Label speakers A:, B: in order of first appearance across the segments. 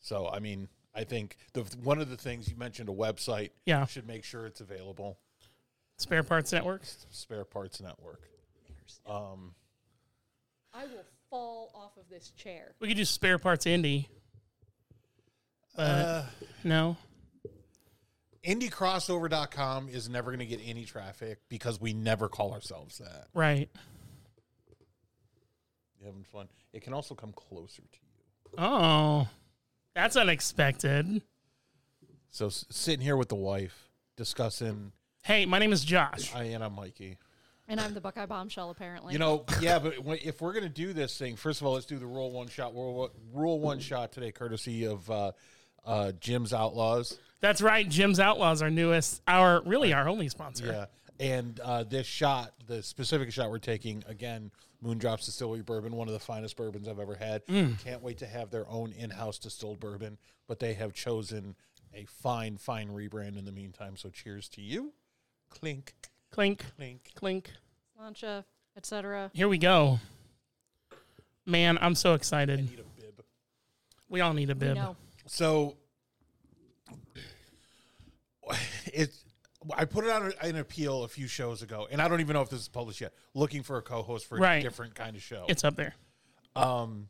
A: So I mean, I think the one of the things you mentioned a website
B: Yeah.
A: should make sure it's available.
B: Spare Parts Network.
A: Spare Parts Network. Um,
C: I will fall off of this chair.
B: We could do Spare Parts Indie. But
A: uh,
B: no.
A: IndieCrossover.com is never going to get any traffic because we never call ourselves that.
B: Right.
A: You having fun? It can also come closer to you.
B: Oh. That's unexpected.
A: So s- sitting here with the wife discussing,
B: Hey, my name is Josh.
A: I and I'm Mikey.
C: And I'm the Buckeye bombshell, apparently.
A: You know, yeah, but when- if we're gonna do this thing, first of all, let's do the rule one shot. Rule one, rule one shot today, courtesy of uh, uh, Jim's Outlaws.
B: That's right. Jim's Outlaws, our newest, our really our only sponsor.
A: Yeah, and uh, this shot, the specific shot we're taking, again, Moondrops Distillery Bourbon, one of the finest bourbons I've ever had.
B: Mm.
A: Can't wait to have their own in-house distilled bourbon, but they have chosen a fine, fine rebrand in the meantime. So, cheers to you! Clink,
B: Clink,
A: clink.
B: clink.
C: Slancha, etc.
B: Here we go. Man, I'm so excited.
A: Need a bib.
B: We all need a
C: You
B: bib.
C: know,
A: So it's I put it out an appeal a few shows ago, and I don't even know if this is published yet. Looking for a co-host for
B: Right.
A: a different kind of show.
B: It's up there.
A: um,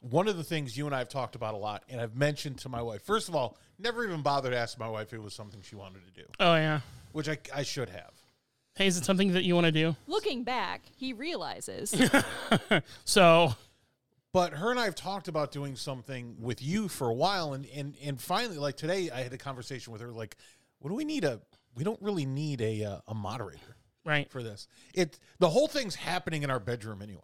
A: one of the things you and I have talked about a lot, and I've mentioned to my wife. First of all, never even bothered to ask my wife if it was something she wanted to do,
B: Oh yeah.
A: which I, I should have.
B: Hey, is it something that you want to do?
C: looking back, he realizes
B: So
A: But her and I have talked about doing something with you for a while, and and and finally, like today, I had a conversation with her. Like, what do we need a? We don't really need a uh, a moderator.
B: right.
A: for this. It the whole thing's happening in our bedroom anyway.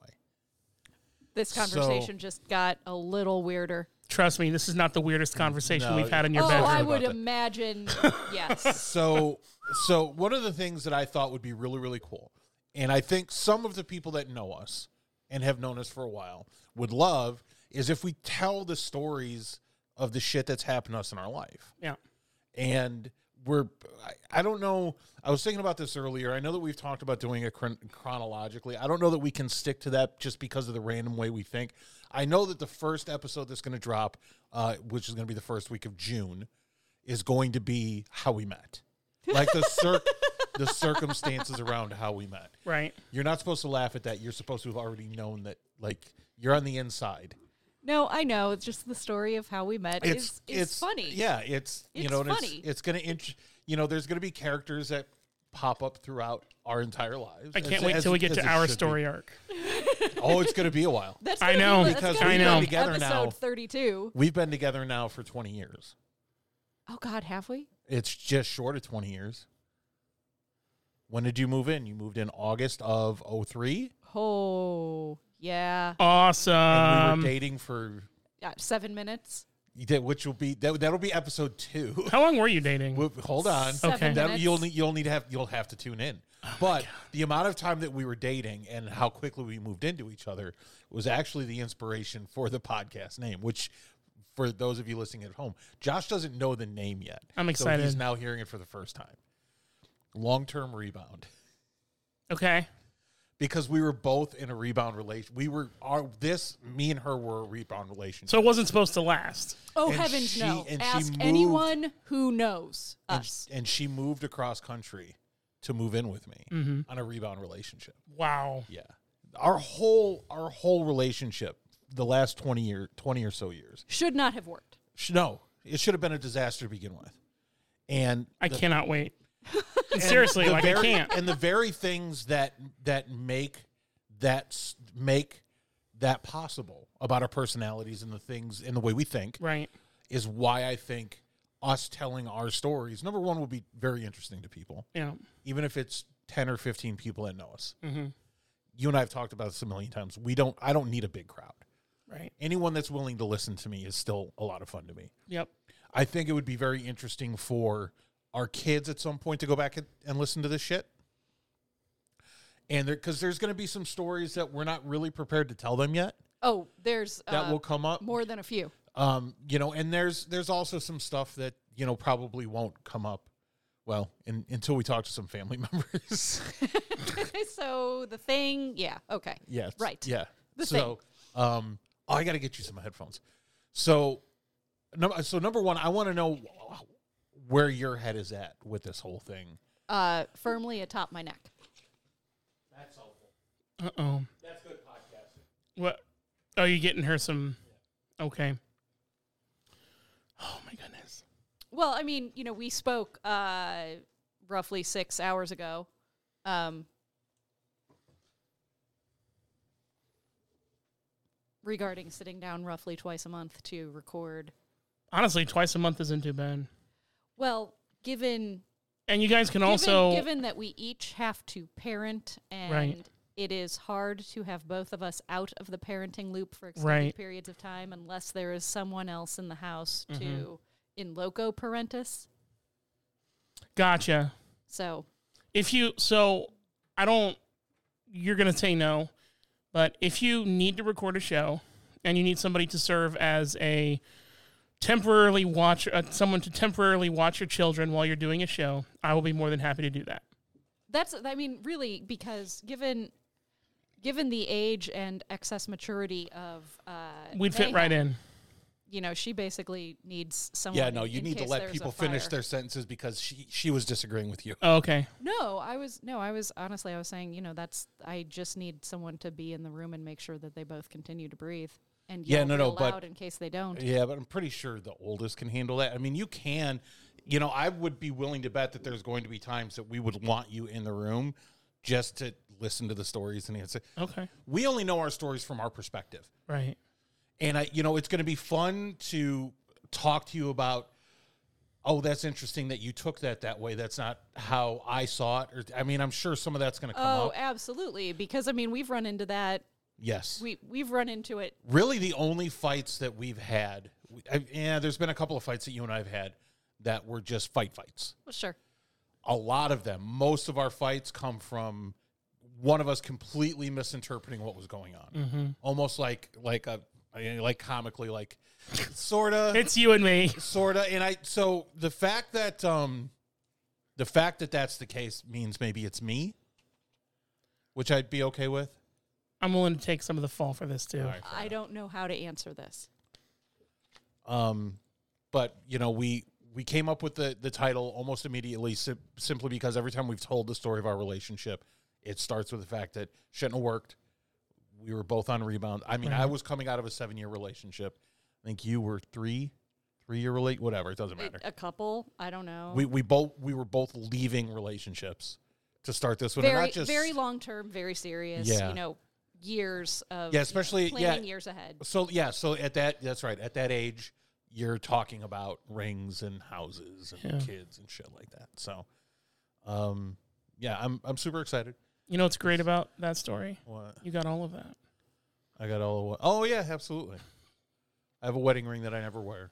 C: this
A: So-
C: conversation just got a little weirder.
B: Trust me, this is not the weirdest conversation
A: No,
B: we've had in your
C: oh,
B: bedroom.
C: I
A: about
C: would
A: that.
C: imagine, yes.
A: So so one of the things that I thought would be really really cool, and I think some of the people that know us and have known us for a while would love is if we tell the stories of the shit that's happened to us in our life.
B: yeah.
A: and we're I- i don't know i was thinking about this earlier i know that we've talked about doing it chron- chronologically i don't know that we can stick to that just because of the random way we think i know that the first episode that's going to drop uh, which is going to be the first week of june is going to be how we met like the cir- the circumstances around how we met
B: Right.
A: you're not supposed to laugh at that you're supposed to have already known that like you're on the inside
C: No, I know. It's just the story of how we met is, is funny.
A: Yeah, it's you
C: It's
A: know, and
C: funny.
A: it's it's gonna int- you know, there's gonna be characters that pop up throughout our entire lives.
B: I can't wait till we get to our story arc.
A: Oh, it's gonna be a while.
C: That's
B: I
C: gonna be
B: know.
C: the-
A: Because
C: that's gonna
B: we've
C: be
B: been
C: like
A: together
C: episode
A: now.
C: 32.
A: We've been together now for 20 years.
C: Oh, God, have we?
A: It's just short of 20 years. When did you move in? You moved in August of 03
C: Oh, yeah.
A: and we
B: Awesome.
A: were dating for
C: Yeah, seven minutes.
A: you did- which will be that, that'll be episode 2.
B: How long were you dating?
A: Well, Hold on.
C: Seven
B: Okay.
A: Uh, That,
C: minutes.
A: you'll need you'll need to have you'll have to tune in.
B: Oh
A: but the amount of time that we were dating and how quickly we moved into each other was actually the inspiration for the podcast name, which for those of you listening at home, Josh doesn't know the name yet.
B: I'm
A: So he's
B: excited.
A: now hearing it for the first time. Long term rebound.
B: Okay.
A: Because we were both in a rebound relation. We were our this me and her were a rebound relationship.
B: So it wasn't supposed to last.
C: Oh,
A: And
C: heavens,
A: she-
C: no.
A: and she
C: Ask
A: moved-
C: anyone who knows
A: and,
C: us.
A: and she moved across country to move in with me
B: Mm-hmm.
A: on a rebound relationship.
B: Wow.
A: Yeah. Our whole our whole relationship, the last twenty year twenty or so years.
C: Should not have worked.
A: sh- No, it should have been a disaster to begin with. And
B: I cannot wait. Seriously,
A: the
B: like I
A: very-
B: can't.
A: And the very things that that make that s- make that possible about our personalities and the things and the way we think
B: Right.
A: is why I think us telling our stories number one will be very interesting to people
B: Yeah.
A: even if it's 10 or 15 people that know us
B: Mm-hmm.
A: you and i have talked about this a million times we don't i don't need a big crowd
B: Right.
A: anyone that's willing to listen to me is still a lot of fun to me
B: Yep.
A: i think it would be very interesting for our kids at some point to go back and, and listen to this shit and there because there's going to be some stories that we're not really prepared to tell them yet
C: Oh, there's uh,
A: that will come up
C: more than a few.
A: um you know and there's there's also some stuff that you know probably won't come up well in, until we talk to some family members
C: so the thing, yeah, okay.
A: Yes.
C: Right.
A: Yeah.
C: The
A: so, um, oh, I got to get you some headphones. So, num- so number one, I want to know where your head is at with this whole thing.
C: Uh, firmly atop my neck.
A: That's helpful.
B: Uh oh.
A: That's good podcasting.
B: What? Oh, you getting her some? Okay. Oh my goodness.
C: Well, I mean, you know, we spoke uh, roughly six hours ago. Um, regarding sitting down roughly twice a month to record.
B: Honestly, twice a month isn't too bad.
C: Well, given
B: And you guys can also
C: given, given that we each have to parent and
B: Right.
C: it is hard to have both of us out of the parenting loop for extended
B: Right.
C: periods of time unless there is someone else in the house
B: Mm-hmm.
C: to in loco parentis.
B: gotcha.
C: So
B: If you so, I don't. You're gonna say no, but if you need to record a show and you need somebody to serve as a temporarily watch uh, someone to temporarily watch your children while you're doing a show, I will be more than happy to do that.
C: that's I mean really because given given the age and excess maturity of uh
B: We'd fit right in.
C: You know, she basically needs someone.
A: Yeah, no,
C: in-
A: you
C: in
A: need to
C: case
A: let
C: there's a
A: people finish
C: fire.
A: their sentences because she she was disagreeing with you.
B: Oh, okay.
C: No, I was no, I was honestly, I was saying, you know, that's I just need someone to be in the room and make sure that they both continue to breathe and
A: Yeah,
C: yell
A: no, no,
C: real
A: but-
C: loud in case they don't.
A: Yeah, but I'm pretty sure the oldest can handle that. I mean, you can, you know, I would be willing to bet that there's going to be times that we would want you in the room just to listen to the stories and answer.
B: Okay.
A: We only know our stories from our perspective.
B: Right.
A: And I, you know, it's going to be fun to talk to you about. Oh, that's interesting that you took that that way. That's not how I saw it. Or I mean, I'm sure some of that's going to come
C: Oh,
A: up.
C: absolutely, because I mean, we've run into that.
A: Yes,
C: We we've run into it.
A: really, the only fights that we've had. we- I, yeah, there's been a couple of fights that you and I've had that were just fight fights.
C: Well, sure.
A: A lot of them. Most of our fights come from one of us completely misinterpreting what was going on,
C: Mm-hmm.
A: almost like like a like comically like sort of.
B: It's you and me.
A: sorta and i so the fact that um the fact that that's the case means maybe it's me which i'd be okay with
B: I'm willing to take some of the fall for this too.
A: All right,
C: I don't know how to answer this.
A: um but you know we we came up with the the title almost immediately sim- simply because every time we've told the story of our relationship it starts with the fact that shouldn't have worked we were both on rebound i mean i was coming out of a seven year relationship i think you were three three year relate whatever it doesn't
C: It-
A: matter
C: a couple, I don't know.
A: we we both we were both leaving relationships to start this one and
C: very
A: not just
C: very long term, very serious.
A: Yeah.
C: You know, years of
A: Yeah, especially-
C: planning
A: yeah.
C: years ahead.
A: so yeah so at that that's right at that age you're talking about rings and houses and
B: Yeah.
A: kids and shit like that so um yeah i'm i'm super excited
B: You know what's great about that story?
A: what
B: You got all of that.
A: i got all the oh yeah absolutely i have a wedding ring that i never wear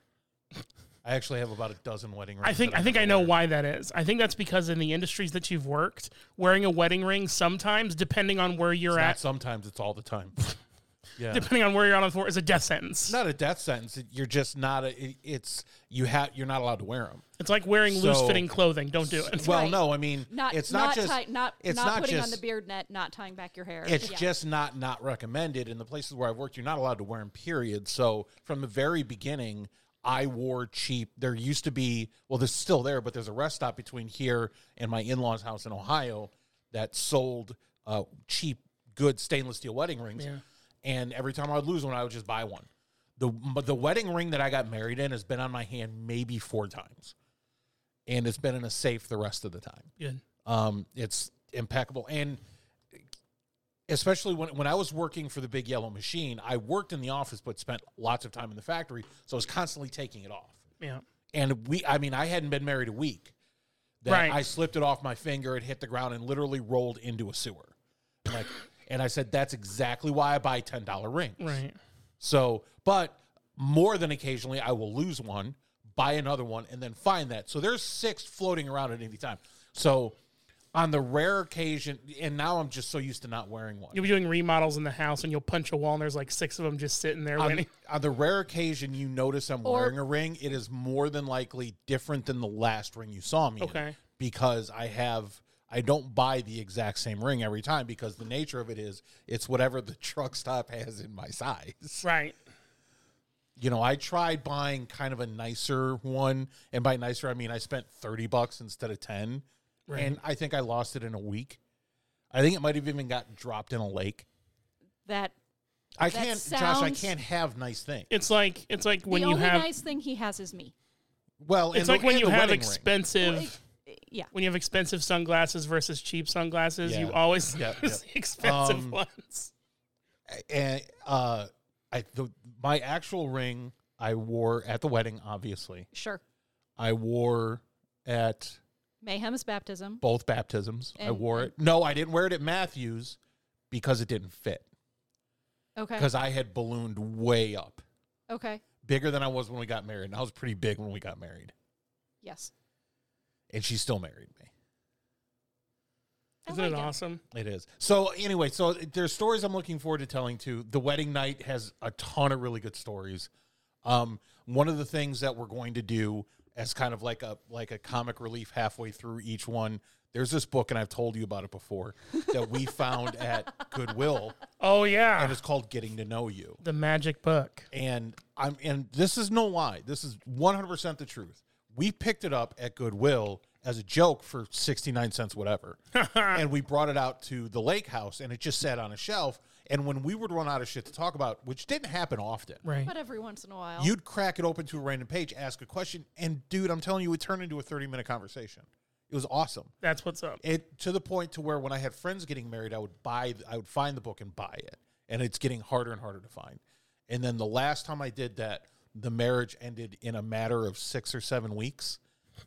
A: i actually have about a dozen wedding rings
B: I think
A: that
B: I think
A: never
B: I know
A: wear.
B: why that is. I think that's because in the industries that you've worked, wearing a wedding ring sometimes, depending on where you're
A: It's not
B: at,
A: sometimes it's all the time yeah
B: depending on where you're on the floor, is a death sentence.
A: it's not a death sentence It- you're just not a it- it's you have you're not allowed to wear them
B: It's like wearing
A: So-
B: loose fitting clothing. Don't do it.
A: well
C: right.
A: no i mean
C: Not
A: it's
C: not
A: not, just
C: tie- not
A: it's
C: not,
A: not
C: putting on
A: just-
C: the beard net, not tying back your hair.
A: It's
C: Yeah.
A: just not not recommended in the places where I've worked. You're not allowed to wear them. Period. So from the very beginning, I wore cheap. There used to be well, there's still there, but there's a rest stop between here and my in-laws' house in Ohio that sold uh, cheap, good stainless steel wedding rings. And every time I would lose one, I would just buy one. The but the wedding ring that I got married in has been on my hand maybe four times, and it's been in a safe the rest of the time.
B: Good.
A: Um, it's impeccable, and especially when when I was working for the Big Yellow Machine, I worked in the office but spent lots of time in the factory, so I was constantly taking it off.
B: Yeah.
A: And we, I mean, I hadn't been married a week that
B: Right.
A: I slipped it off my finger, it hit the ground, and literally rolled into a sewer. I'm like, and I said, that's exactly why I buy ten dollar rings.
B: Right.
A: So, but more than occasionally, I will lose one, buy another one, and then find that. So there's six floating around at any time. So on the rare occasion, and now I'm just so used to not wearing one.
B: You'll be doing remodels in the house, and you'll punch a wall, and there's like six of them just sitting there
A: On,
B: waiting.
A: on the rare occasion you notice I'm
C: Or-
A: wearing a ring, it is more than likely different than the last ring you saw me. in
B: Okay.
A: because I have. I don't buy the exact same ring every time because the nature of it is it's whatever the truck stop has in my size.
B: Right.
A: You know, I tried buying kind of a nicer one, and by nicer I mean I spent thirty bucks instead of ten,
B: Right.
A: and I think I lost it in a week. I think it might have even got dropped in a lake.
C: That
A: I
C: That
A: can't, Josh. I
C: sounds-
A: can't have nice things.
B: It's like it's like when
C: the
B: you
C: only
B: have
C: nice thing he has is me.
A: Well,
B: it's
A: and
B: like
A: the,
B: when
A: and
B: you
A: the
B: have
A: wedding ring.
B: expensive
C: Yeah.
B: when you have expensive sunglasses versus cheap sunglasses, you
A: Yeah.
B: always
A: Yeah,
B: use the expensive
A: Um,
B: ones.
A: and uh, I the, my actual ring I wore at the wedding. Obviously,
C: Sure.
A: I wore at
C: Mayhem's baptism.
A: both baptisms. I
C: And-
A: wore it. No, I didn't wear it at Matthews because it didn't fit
C: Okay.
A: because I had ballooned way up,
C: Okay.
A: bigger than I was when we got married. And I was pretty big when we got married,
C: Yes.
A: and she still married me.
C: I
B: Isn't it
C: like it.
B: awesome?
A: It is. So anyway, so there's stories I'm looking forward to telling too. The wedding night has a ton of really good stories. Um, one of the things that we're going to do as kind of like a like a comic relief halfway through each one. There's this book, and I've told you about it before, that we found at Goodwill,
B: Oh
A: and
B: yeah,
A: it's called "Getting to Know You."
B: the magic book.
A: And I'm and this is no lie. This is 100 percent the truth. We picked it up at Goodwill as a joke for 69 cents, whatever, and we brought it out to the lake house, and it just sat on a shelf. And when we would run out of shit to talk about, which didn't happen often,
B: Right.
C: But uh, every once in a while.
A: you'd crack it open to a random page, ask a question, and dude, I'm telling you, it turned into a 30 minute conversation. It was awesome.
B: That's what's up.
A: It to the point to where when I had friends getting married, I would buy, I would find the book and buy it, and it's getting harder and harder to find. And then the last time I did that, the marriage ended in a matter of six or seven weeks,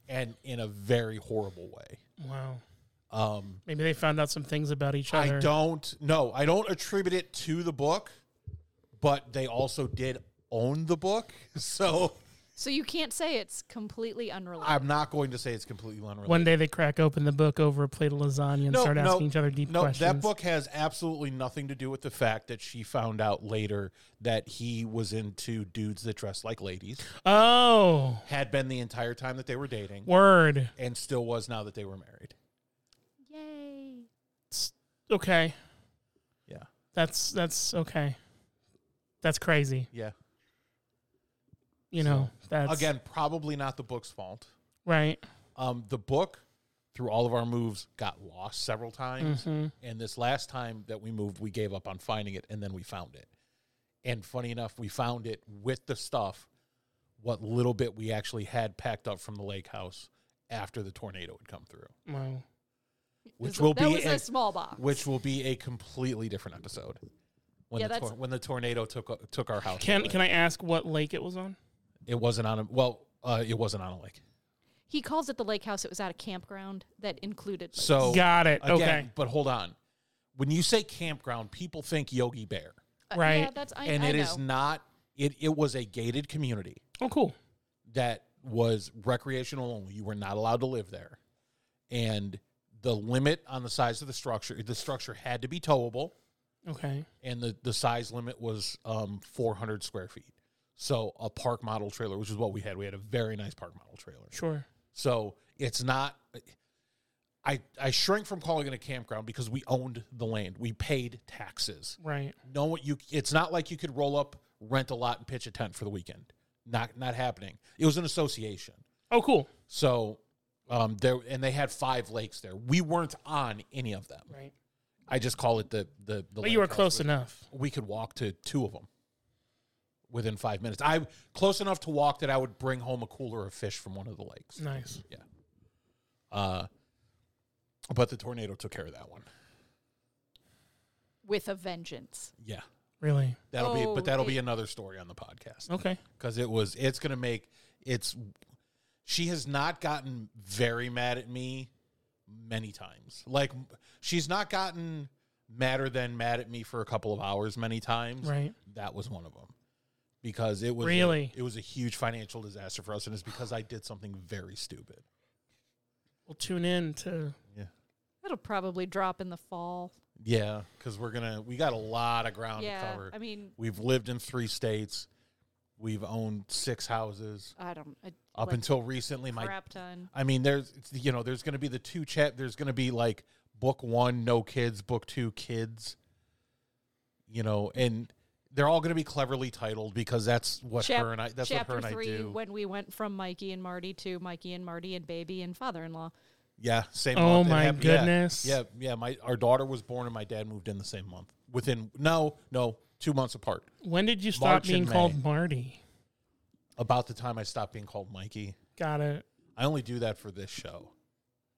A: and in a very horrible way.
B: Wow.
A: Um,
B: Maybe they found out some things about each other.
A: I don't no, I don't attribute it to the book, but they also did own the book. So
C: so you can't say it's completely unrelated.
A: I'm not going to say it's completely unrelated.
B: One day they crack open the book over a plate of lasagna and
A: no,
B: start
A: no,
B: asking each other deep
A: no,
B: questions.
A: that book has absolutely nothing to do with the fact that she found out later that he was into dudes that dress like ladies,
B: Oh,
A: had been the entire time that they were dating,
B: word.
A: and still was now that they were married.
C: Yay.
B: Okay,
A: Yeah.
B: that's that's okay. That's crazy.
A: Yeah.
B: You know, that's
A: Again, probably not the book's fault.
B: right.
A: Um, the book, through all of our moves, got lost several times.
C: Mm-hmm.
B: Mhm.
A: And this last time that we moved, we gave up on finding it and then we found it. And funny enough, we found it with the stuff, what little bit we actually had packed up from the lake house after the tornado had come through,
B: Wow.
A: which
C: Is-
A: will
C: that
A: be
C: was
A: a,
C: a small box.
A: which will be a completely different episode. When
C: Yeah,
A: the
C: that's-
A: tor- when the tornado took uh, took our house,
B: Can
A: away.
B: can I ask what lake it was on?
A: it wasn't on a well, uh, it wasn't on a lake.
C: he calls it the lake house. It was at a campground that included. lakes.
A: So
B: Got it.
A: Oh, again,
B: okay.
A: but hold on. When you say campground, people think Yogi Bear,
C: Uh, Yeah,
B: right.
C: that's I,
A: and
C: I
A: it
C: know.
A: is not. It it was a gated community
B: Oh, cool.
A: that was recreational only. You were not allowed to live there, and the limit on the size of the structure. The structure had to be towable,
B: Okay.
A: and the the size limit was um 400 square feet. So a park model trailer, which is what we had. We had a very nice park model trailer.
B: Sure.
A: So it's not. I I shrink from calling it a campground because we owned the land. We paid taxes.
B: Right.
A: No one you. It's not like you could roll up, rent a lot, and pitch a tent for the weekend. Not not happening. It was an association.
B: Oh, cool.
A: So. Um, there and they had five lakes there. We weren't on any of them.
B: Right.
A: I just call it the the. the
B: But
A: lake
B: you were
A: house.
B: close enough.
A: We could walk to two of them within five minutes. I close enough to walk that I would bring home a cooler of fish from one of the lakes.
B: Nice.
A: Uh, but the tornado took care of that one.
C: with a vengeance.
A: Yeah,
B: Really.
A: that'll be.
C: Oh,
A: But that'll be
C: it-
A: another story on the podcast
B: Okay.
A: because it was. It's gonna make. It's. She has not gotten very mad at me many times. Like she's not gotten madder than mad at me for a couple of hours many times.
B: Right.
A: That was one of them because it was a-
B: Really?
A: it was a huge financial disaster for us, and it's because I did something very stupid.
B: We'll tune in to
C: It'll probably drop in the fall.
A: Yeah, because we're gonna we got a lot of ground to
C: yeah,
A: cover.
C: I mean,
A: We've lived in three states. We've owned six houses
C: I don't. I,
A: up
C: like,
A: until recently. My,
C: crap ton.
A: I mean, there's it's- you know, there's going to be the two chat. There's going to be like book one, no kids. Book two, kids. You know, and They're all going to be cleverly titled because that's what
C: Chap-
A: her and I. That's what her
C: chapter
A: and I
C: three,
A: do.
C: when we went from Mikey and Marty to Mikey and Marty and baby and father-in-law.
A: Yeah, same.
B: Oh
A: month. It
B: my
A: happened- yeah,
B: goodness.
A: Yeah, yeah, My our daughter was born and my dad moved in the same month. Within no, no, two months apart.
B: When did you stop
A: March
B: being
A: and May.
B: called Marty?
A: About the time I stopped being called Mikey.
B: Got it.
A: I only do that for this show.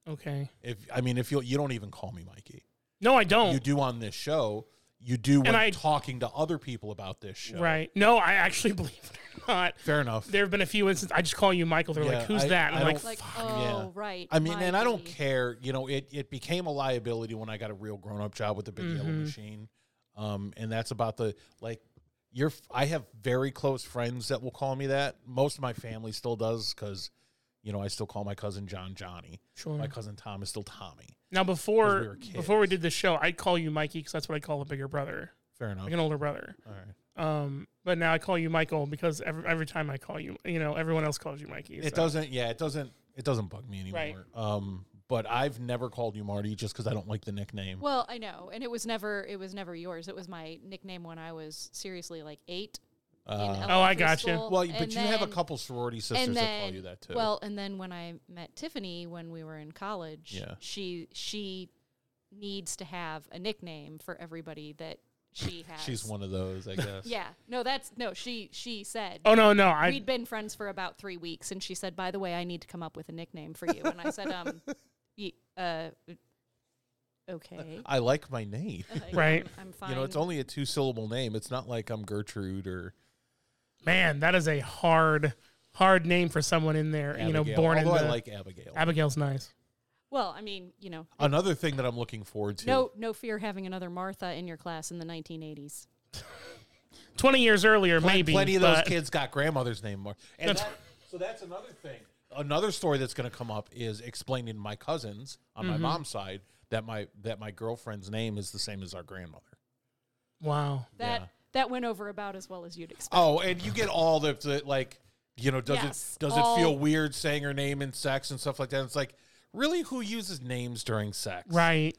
B: Okay.
A: If I mean, if you you don't even call me Mikey,
B: No, I don't.
A: you do on this show. You do when
B: I-
A: talking to other people about this show.
B: Right. No, I actually believe it or not.
A: Fair enough.
B: There have been a few instances. I just call you Michael. They're
A: Yeah,
B: like, "Who's
A: I-
B: that?" And
A: I
B: I'm like,
A: don't-
C: Like,
B: "Fuck."
C: oh,
A: yeah.
C: right.
A: I mean, and I don't
C: Mikey.
A: care. You know, it it became a liability when I got a real grown up job with the big yellow
B: Mm-hmm.
A: machine, um, and that's about the like. You're, f- I have very close friends that will call me that. Most of my family still does because, you know, I still call my cousin John Johnny.
B: Sure.
A: My cousin Tom is still Tommy.
B: Now
A: 'Cause we
B: before
A: were kids.
B: before we did the show, I'd call you Mikey because that's what I call a bigger brother,
A: Fair enough.
B: like an older brother.
A: All right.
B: Um, but now I call you Michael because every, every time I call you, you know, everyone else calls you Mikey.
A: It
B: so-
A: doesn't. Yeah, it doesn't. It doesn't bug me anymore.
B: Right.
A: Um, but I've never called you Marty just because I don't like the nickname.
C: Well, I know, and it was never it was never yours. It was my nickname when I was seriously like eight. in
A: Uh,
B: Oh, I
C: elementary
B: gotcha.
C: school,
A: well,
C: and
A: but you have a
C: then-
A: couple sorority sisters
C: and
A: that
C: then
A: call you that too.
C: well, and then when I met Tiffany when we were in college,
A: Yeah.
C: she she needs to have a nickname for everybody that she has.
A: she's one of those, I guess.
C: Yeah, no, that's no. She she said
B: Oh no, no, I
C: we'd been friends for about three weeks, and she said, "By the way, I need to come up with a nickname for you." And I said, "Um, y- uh, okay,
A: I like my name.
C: Like,
B: Right.
C: I'm, I'm fine."
A: You know, it's only a two syllable name. It's not like I'm Gertrude or
B: man, that is a hard hard name for someone in there.
A: Abigail.
B: You know, born
A: Although I
B: in the,
A: like Abigail.
B: Abigail's nice.
C: well, I mean, you know,
A: Another thing that I'm looking forward to.
C: no no fear having another Martha in your class in the 1980s.
B: Twenty years earlier,
A: Plen-
B: maybe.
A: plenty of those
B: but-
A: kids got grandmother's name. Mar- And
B: That's-
A: that- so that's another thing. Another story that's going to come up is explaining to my cousins on
B: Mm-hmm.
A: my mom's side that my that my girlfriend's name is the same as our grandmother.
B: Wow.
C: That
A: Yeah.
C: that went over about as well as you'd expect.
A: Oh, and you get all the, the like, you know, does
C: Yes,
A: it does
C: all-
A: it feel weird saying her name in sex and stuff like that? It's like, really, who uses names during sex?
B: Right.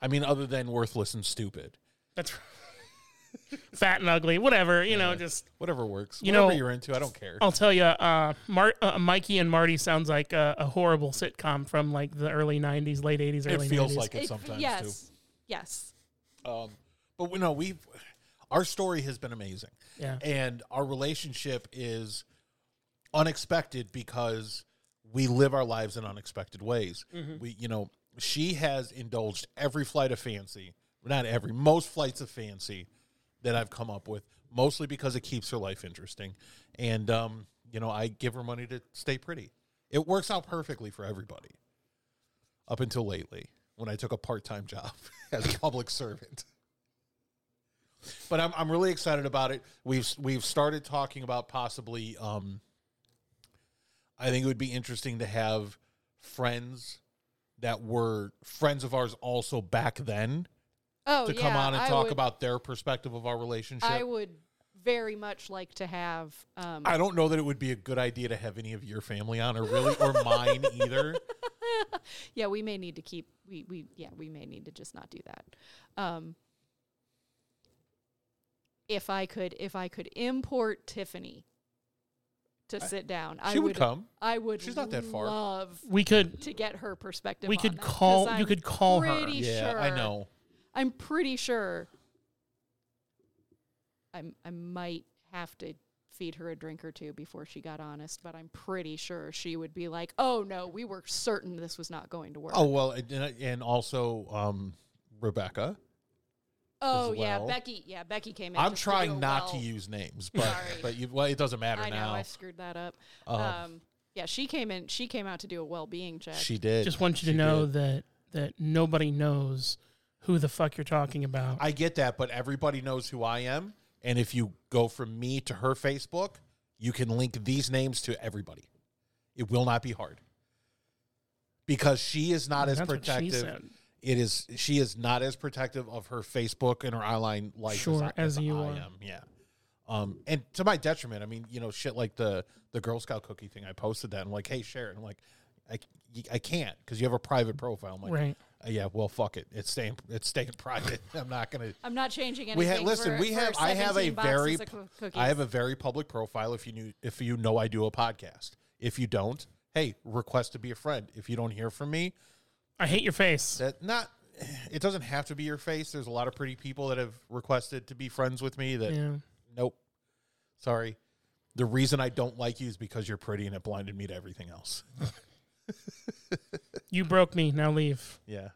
A: I mean, other than worthless and stupid.
B: That's fat and ugly. Whatever. You know, just
A: Whatever works.
B: You
A: Whatever
B: know-
A: you're into, I don't care.
B: I'll tell you, uh, Mar- uh, Mikey and Marty sounds like a, a horrible sitcom from like the early '90s, late '80s,
A: it
B: early
A: feels
B: 90s.
A: like it,
C: It-
A: sometimes
C: yes, yes.
A: too. Um, but we, no, we've our story has been amazing,
B: yeah,
A: and our relationship is unexpected because we live our lives in unexpected ways. We, you know, she has indulged every flight of fancy, not every, most flights of fancy that I've come up with, mostly because it keeps her life interesting. And, um, you know, I give her money to stay pretty. It works out perfectly for everybody up until lately when I took a part time job as a public servant. But I'm, I'm really excited about it. We've we've started talking about possibly um, I think it would be interesting to have friends that were friends of ours also back then
C: Oh
A: to
C: yeah,
A: come on and
C: I
A: talk
C: would,
A: about their perspective of our relationship.
C: I
A: I
C: would very much like to have. Um,
A: I don't know that it would be a good idea to have any of your family on or really or mine either.
C: yeah, we may need to keep. We we yeah, we may need to just not do that. Um, if I could, if I could import Tiffany to sit down, I
A: She would
C: would.
A: come.
C: I would.
A: She's not that far.
C: Love
B: we could.
C: to get her perspective.
B: We
C: on
B: could
C: that, 'cause
B: call- you
C: I'm
B: could call her.
C: pretty
A: Yeah, I
C: sure-
A: know.
C: I'm pretty sure. I'm. I might have to feed her a drink or two before she got honest, but I'm pretty sure she would be like, "Oh no, we were certain this was not going to work."
A: Oh well, and, and also um, Rebecca.
C: Oh
A: as
C: yeah,
A: well.
C: Becky. Yeah, Becky came in.
A: I'm
C: just
A: trying
C: do a
A: not to
C: oh, well.
A: use names, but
C: Sorry.
A: but you, well, it doesn't matter
C: I know
A: now.
C: I screwed that up.
A: Um,
C: um, yeah, she came in. She came out to do a well-being check.
A: she did.
B: Just want you
A: She
B: to know
A: did.
B: that that nobody knows who the fuck you're talking about.
A: I get that, but everybody knows who I am, and if you go from me to her Facebook, you can link these names to everybody. It will not be hard because she is not as
B: That's what she
A: protective.
B: said.
A: It is she is not as protective of her Facebook and her online life
B: Sure,
A: as, I-
B: as you
A: I
B: are.
A: am. Yeah. Um, and to my detriment, I mean, you know, shit like the the Girl Scout cookie thing. I posted that. I'm like, hey, share it. I'm like, I, I can't because you have a private profile. I'm like,
B: Right.
A: "Uh, yeah, well, fuck it. It's staying. It's staying private. I'm not gonna.
C: I'm not changing anything.
A: We have listen.
C: for-
A: we
C: for
A: have. I have a
C: 17 boxes
A: very.
C: of coo- cookies.
A: I have a very public profile. If you knew, if you know, I do a podcast. If you don't, hey, request to be a friend. If you don't hear from me,
B: I hate your face.
A: that not. It doesn't have to be your face. There's a lot of pretty people that have requested to be friends with me. That
B: Yeah.
A: nope, sorry. The reason I don't like you is because you're pretty, and it blinded me to everything else.
B: You broke me. Now leave.
A: Yeah,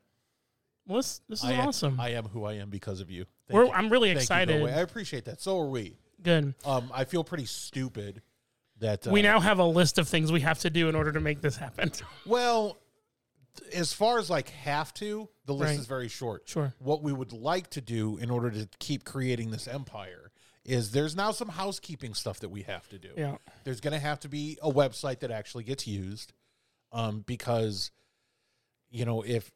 B: Well, this, this is
A: I am-
B: awesome.
A: I am who I am because of you. Thank
B: We're,
A: you.
B: I'm really
A: Thank you, Bill
B: excited.
A: Way. I appreciate that. So are we.
B: Good.
A: Um, I feel pretty stupid that uh,
B: We now have a list of things we have to do in order to make this happen.
A: Well, th- as far as like have to, the list
B: Right.
A: is very short.
B: Sure.
A: What we would like to do in order to keep creating this empire is there's now some housekeeping stuff that we have to do.
B: Yeah.
A: There's going to have to be a website that actually gets used um, because, you know, if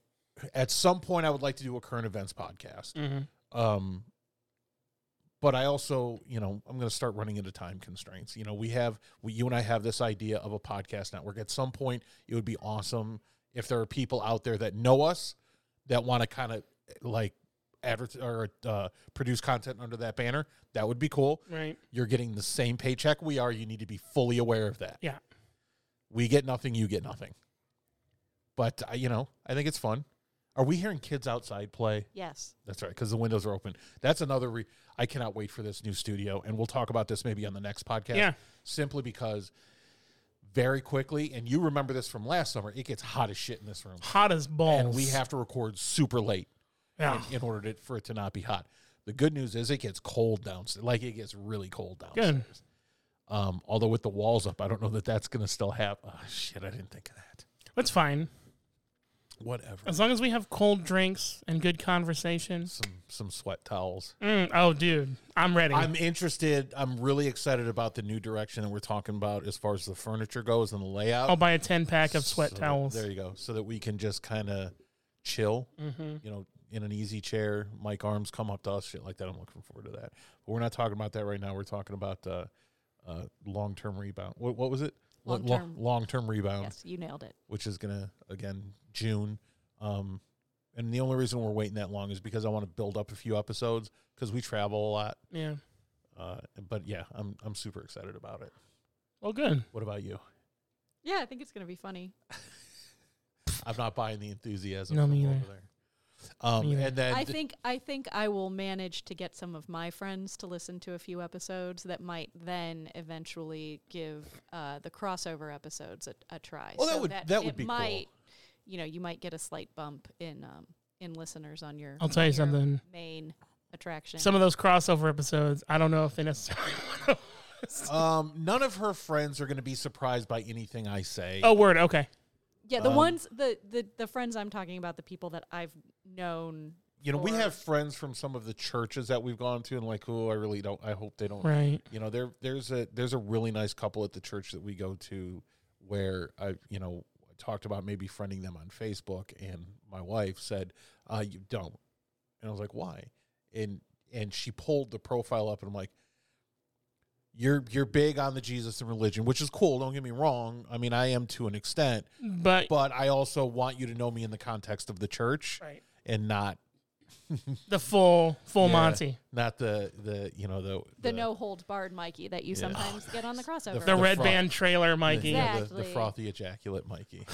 A: at some point I would like to do a current events podcast.
B: Mhm.
A: Um, but I also, you know, I'm going to start running into time constraints. You know, we have, we, you and I have this idea of a podcast network. At some point, it would be awesome if there are people out there that know us that want to kind of like advert or uh, produce content under that banner. That would be cool.
B: Right.
A: You're getting the same paycheck we are. You need to be fully aware of that.
B: Yeah.
A: We get nothing, you get nothing. But, uh, you know, I think it's fun. Are we hearing kids outside play?
C: yes.
A: That's right, because the windows are open. That's another. Re- I cannot wait for this new studio, and we'll talk about this maybe on the next podcast.
B: Yeah.
A: Simply because, very quickly, and you remember this from last summer, it gets hot as shit in this room,
B: Hot as balls.
A: and we have to record super late
B: Yeah.
A: in, in order to, for it to not be hot. The good news is it gets cold downstairs. Like it gets really cold downstairs.
B: Good.
A: Um, although with the walls up, I don't know that that's going to still happen. Oh shit! I didn't think of that.
B: That's fine.
A: Whatever.
B: As long as we have cold drinks and good conversation.
A: Some some sweat towels.
B: Mm, oh, dude, I'm ready.
A: I'm interested. I'm really excited about the new direction that we're talking about as far as the furniture goes and the layout.
B: I'll buy a 10 pack of sweat
A: So that-
B: Oh, towels.
A: There you go. So that we can just kind of chill,
C: Mm-hmm.
A: you know, in an easy chair. Mike arms come up to us, shit like that. I'm looking forward to that. But we're not talking about that right now. We're talking about uh, uh, long term rebound. What, what was it?
C: Long-term.
A: Long term rebound,
C: Yes, you nailed it.
A: which is gonna again June. Um, and the only reason we're waiting that long is because I want to build up a few episodes because we travel a lot.
B: Yeah.
A: Uh, but yeah, I'm I'm super excited about it.
B: Well, good.
A: What about you?
C: Yeah, I think it's gonna be funny.
A: I'm not buying the enthusiasm.
B: No,
A: from
B: me
A: over
B: either.
A: there. Um,
B: Me either.
A: and then
C: I think I think I will manage to get some of my friends to listen to a few episodes that might then eventually give uh, the crossover episodes a, a try.
A: Well, that would- that would
C: it
A: be cool.
C: might, You know, you might get a slight bump in um, in listeners on your.
B: I'll tell you
C: your
B: something.
C: Main attraction.
B: Some of those crossover episodes, I don't know if they necessarily.
A: um, none of her friends are going to be surprised by anything I say.
B: oh, word. Okay.
C: yeah, the
A: um,
C: ones the, the the friends I'm talking about, the people that I've known.
A: you know, we
C: or-
A: have friends from some of the churches that we've gone to, and like, oh, I really don't. I hope they don't.
B: Right.
A: You know, there there's a there's a really nice couple at the church that we go to, where I you know talked about maybe friending them on Facebook, and my wife said, uh, "You don't," and I was like, "Why?" and and she pulled the profile up, and I'm like. You're you're big on the Jesus and religion, which is cool. Don't get me wrong. I mean, I am to an extent,
B: But,
A: but I also want you to know me in the context of the church
B: right.
A: and not
B: the full full
A: Yeah.
B: Monty.
A: not the the you know the
C: The, no holds barred Mikey that you
A: Yeah.
C: sometimes get on the
B: The,
C: crossover.
A: The
B: red
A: fro-
B: band trailer, Mikey.
A: you know, the, the
C: Exactly.
A: frothy ejaculate Mikey.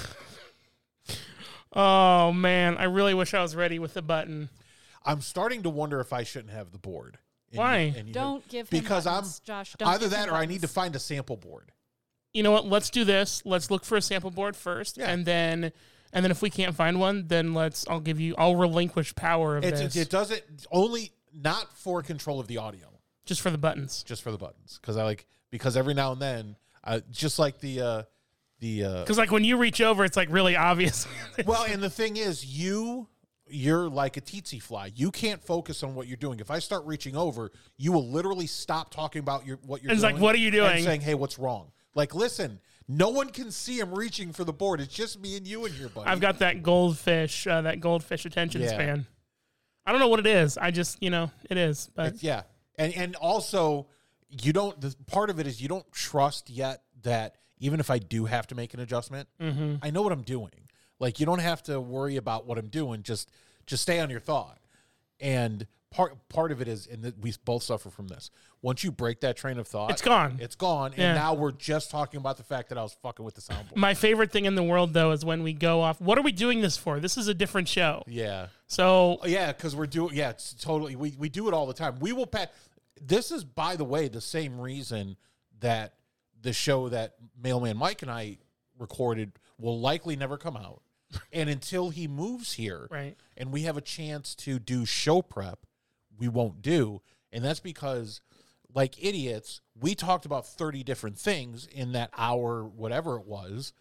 B: Oh man, I really wish I was ready with the button.
A: I'm starting to wonder if I shouldn't have the board. And
B: Why?
A: and
C: don't give him
A: because I'm-
C: buttons, Josh. Don't
A: either
C: give him
A: that or I need to
C: buttons.
A: find a sample board.
B: You know what? Let's do this. Let's look for a sample board first,
A: Yeah.
B: and then and then if we can't find one, then let's. I'll give you. I'll relinquish power of
A: It's,
B: this
A: it, it doesn't only not for control of the audio,
B: just for the buttons.
A: just for the buttons. Because I like because every now and then, I, just like the uh, the uh,
B: Because like when you reach over, it's like really obvious.
A: well, and the thing is, you you're like a tsetse fly. You can't focus on what you're doing. If I start reaching over, you will literally stop talking about your what you're.
B: It's
A: doing
B: like, "What are you
A: and
B: doing?"
A: saying, "Hey, what's wrong?" Like, listen, no one can see him reaching for the board. It's just me and you in here, buddy.
B: I've got that goldfish, uh, that goldfish attention
A: Yeah.
B: span. I don't know what it is. I just you know it is, but
A: It's- yeah, and and also you don't. The, part of it is you don't trust yet that even if I do have to make an adjustment,
B: Mm-hmm.
A: I know what I'm doing. Like you don't have to worry about what I'm doing. Just just stay on your thought. And part part of it is, and that we both suffer from this. Once you break that train of thought,
B: It's gone.
A: It's gone.
B: Yeah.
A: And now we're just talking about the fact that I was fucking with the soundboard.
B: My favorite thing in the world, though, is when we go off. What are we doing this for? This is a different show.
A: yeah.
B: So
A: Oh, Yeah, because we're doing. Yeah, it's totally. We we do it all the time. We will pat. This is, by the way, the same reason that the show that Mailman Mike and I recorded will likely never come out, and until he moves here,
B: Right.
A: and we have a chance to do show prep, we won't do, and that's because. Like idiots, we talked about 30 different things in that hour, whatever it was.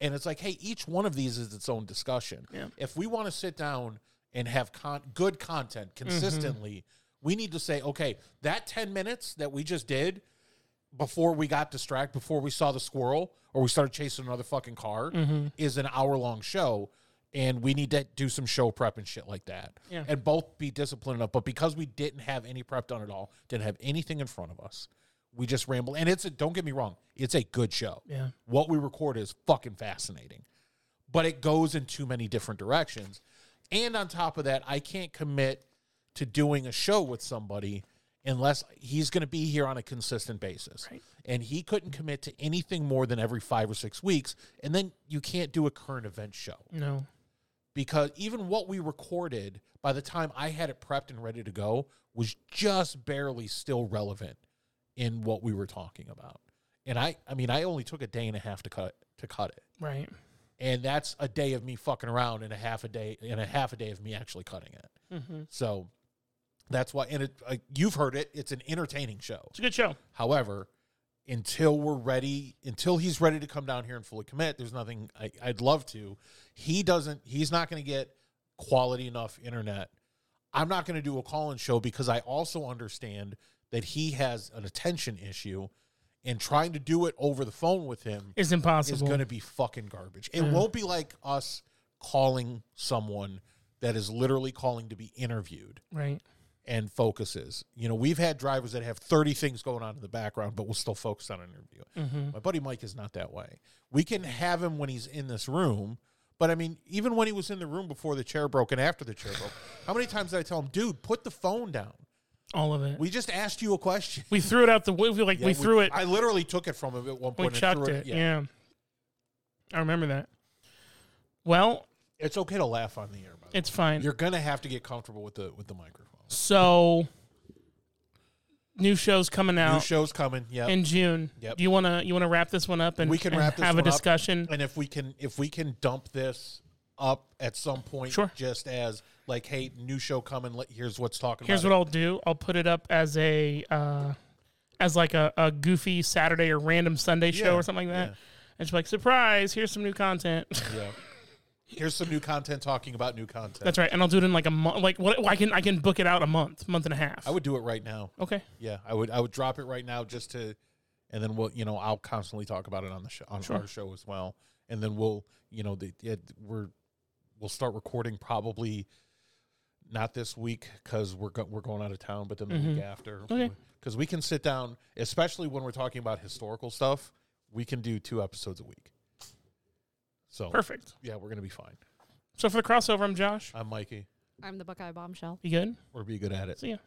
A: And it's like, hey, each one of these is its own discussion.
B: Yeah.
A: If we want to sit down and have con- good content consistently, we need to say, okay, that 10 minutes that we just did before we got distracted, before we saw the squirrel or we started chasing another fucking car
B: Mm-hmm.
A: is an hour long show. And we need to do some show prep and shit like that.
B: Yeah.
A: And both be disciplined enough. But because we didn't have any prep done at all, didn't have anything in front of us, we just rambled. And it's a, don't get me wrong, it's a good show
B: yeah,
A: what we record is fucking fascinating but it goes in too many different directions and on top of that i can't commit to doing a show with somebody unless he's going to be here on a consistent basis
B: Right.
A: and he couldn't commit to anything more than every five or six weeks and then you can't do a current event show
B: no,
A: because even what we recorded by the time i had it prepped and ready to go was just barely still relevant in what we were talking about and i i mean i only took a day and a half to cut to cut it
B: right.
A: and that's a day of me fucking around and a half a day and a half a day of me actually cutting it
B: Mm-hmm.
A: so that's why and it uh, you've heard it it's an entertaining show
B: It's a good show.
A: However, until we're ready, until he's ready to come down here and fully commit, there's nothing I, I'd love to. He doesn't. He's not going to get quality enough internet. I'm not going to do a call-in show because I also understand that he has an attention issue, and trying to do it over the phone with him
B: It's impossible.
A: is going to be fucking garbage. It won't be like us calling someone that is literally calling to be interviewed
B: right.
A: and focuses. You know, we've had drivers that have 30 things going on in the background, but we'll still focus on an interview.
B: Mm-hmm.
A: My buddy Mike is not that way. We can have him when he's in this room, but I mean, even when he was in the room before the chair broke and after the chair broke, how many times did I tell him, dude, put the phone down?
B: All of it. We,
A: We just asked you a question.
B: threw it out the window. Like
A: Yeah,
B: we threw it.
A: I literally took it from him at one
B: we
A: point. and
B: chucked
A: threw
B: it. Yeah. I remember that. Well,
A: It's okay to laugh on the air, by the way.
B: it's fine.
A: You're gonna have to get comfortable with the with the microphone.
B: so, new shows coming
A: New
B: out
A: show's coming. Yeah.
B: in June.
A: Yep.
B: Do you want to you want to wrap this one up and
A: We can
B: and
A: wrap this
B: have
A: one
B: a
A: up.
B: discussion?
A: and if we can if we can dump this up at some point
B: Sure.
A: just as like hey new show coming let- here's what's talking
B: Here's what
A: about
B: I'll do. I'll put it up as a uh, as like a, a goofy Saturday or random Sunday show
A: Yeah,
B: or something like that.
A: yeah.
B: And she's like, surprise, here's some new content.
A: what yeah. here's some new content talking about new content
B: That's right. And I'll do it in like a month. Like what I can I can book it out a month, month and a half.
A: i would do it right now
B: okay.
A: yeah i would i would drop it right now just to and then we'll you know i'll constantly talk about it on the show on our show as well and then we'll you know the, it, we're we'll start recording probably not this week because we're go- we're going out of town, but then the week after,
B: Mm-hmm. Okay.
A: because we can sit down, especially when we're talking about historical stuff, we can do two episodes a week. So
B: Perfect.
A: yeah, we're gonna be fine.
B: So for the crossover, I'm Josh.
A: I'm Mikey.
C: I'm the Buckeye bombshell.
B: You good?
A: We're be good at it.
B: See ya.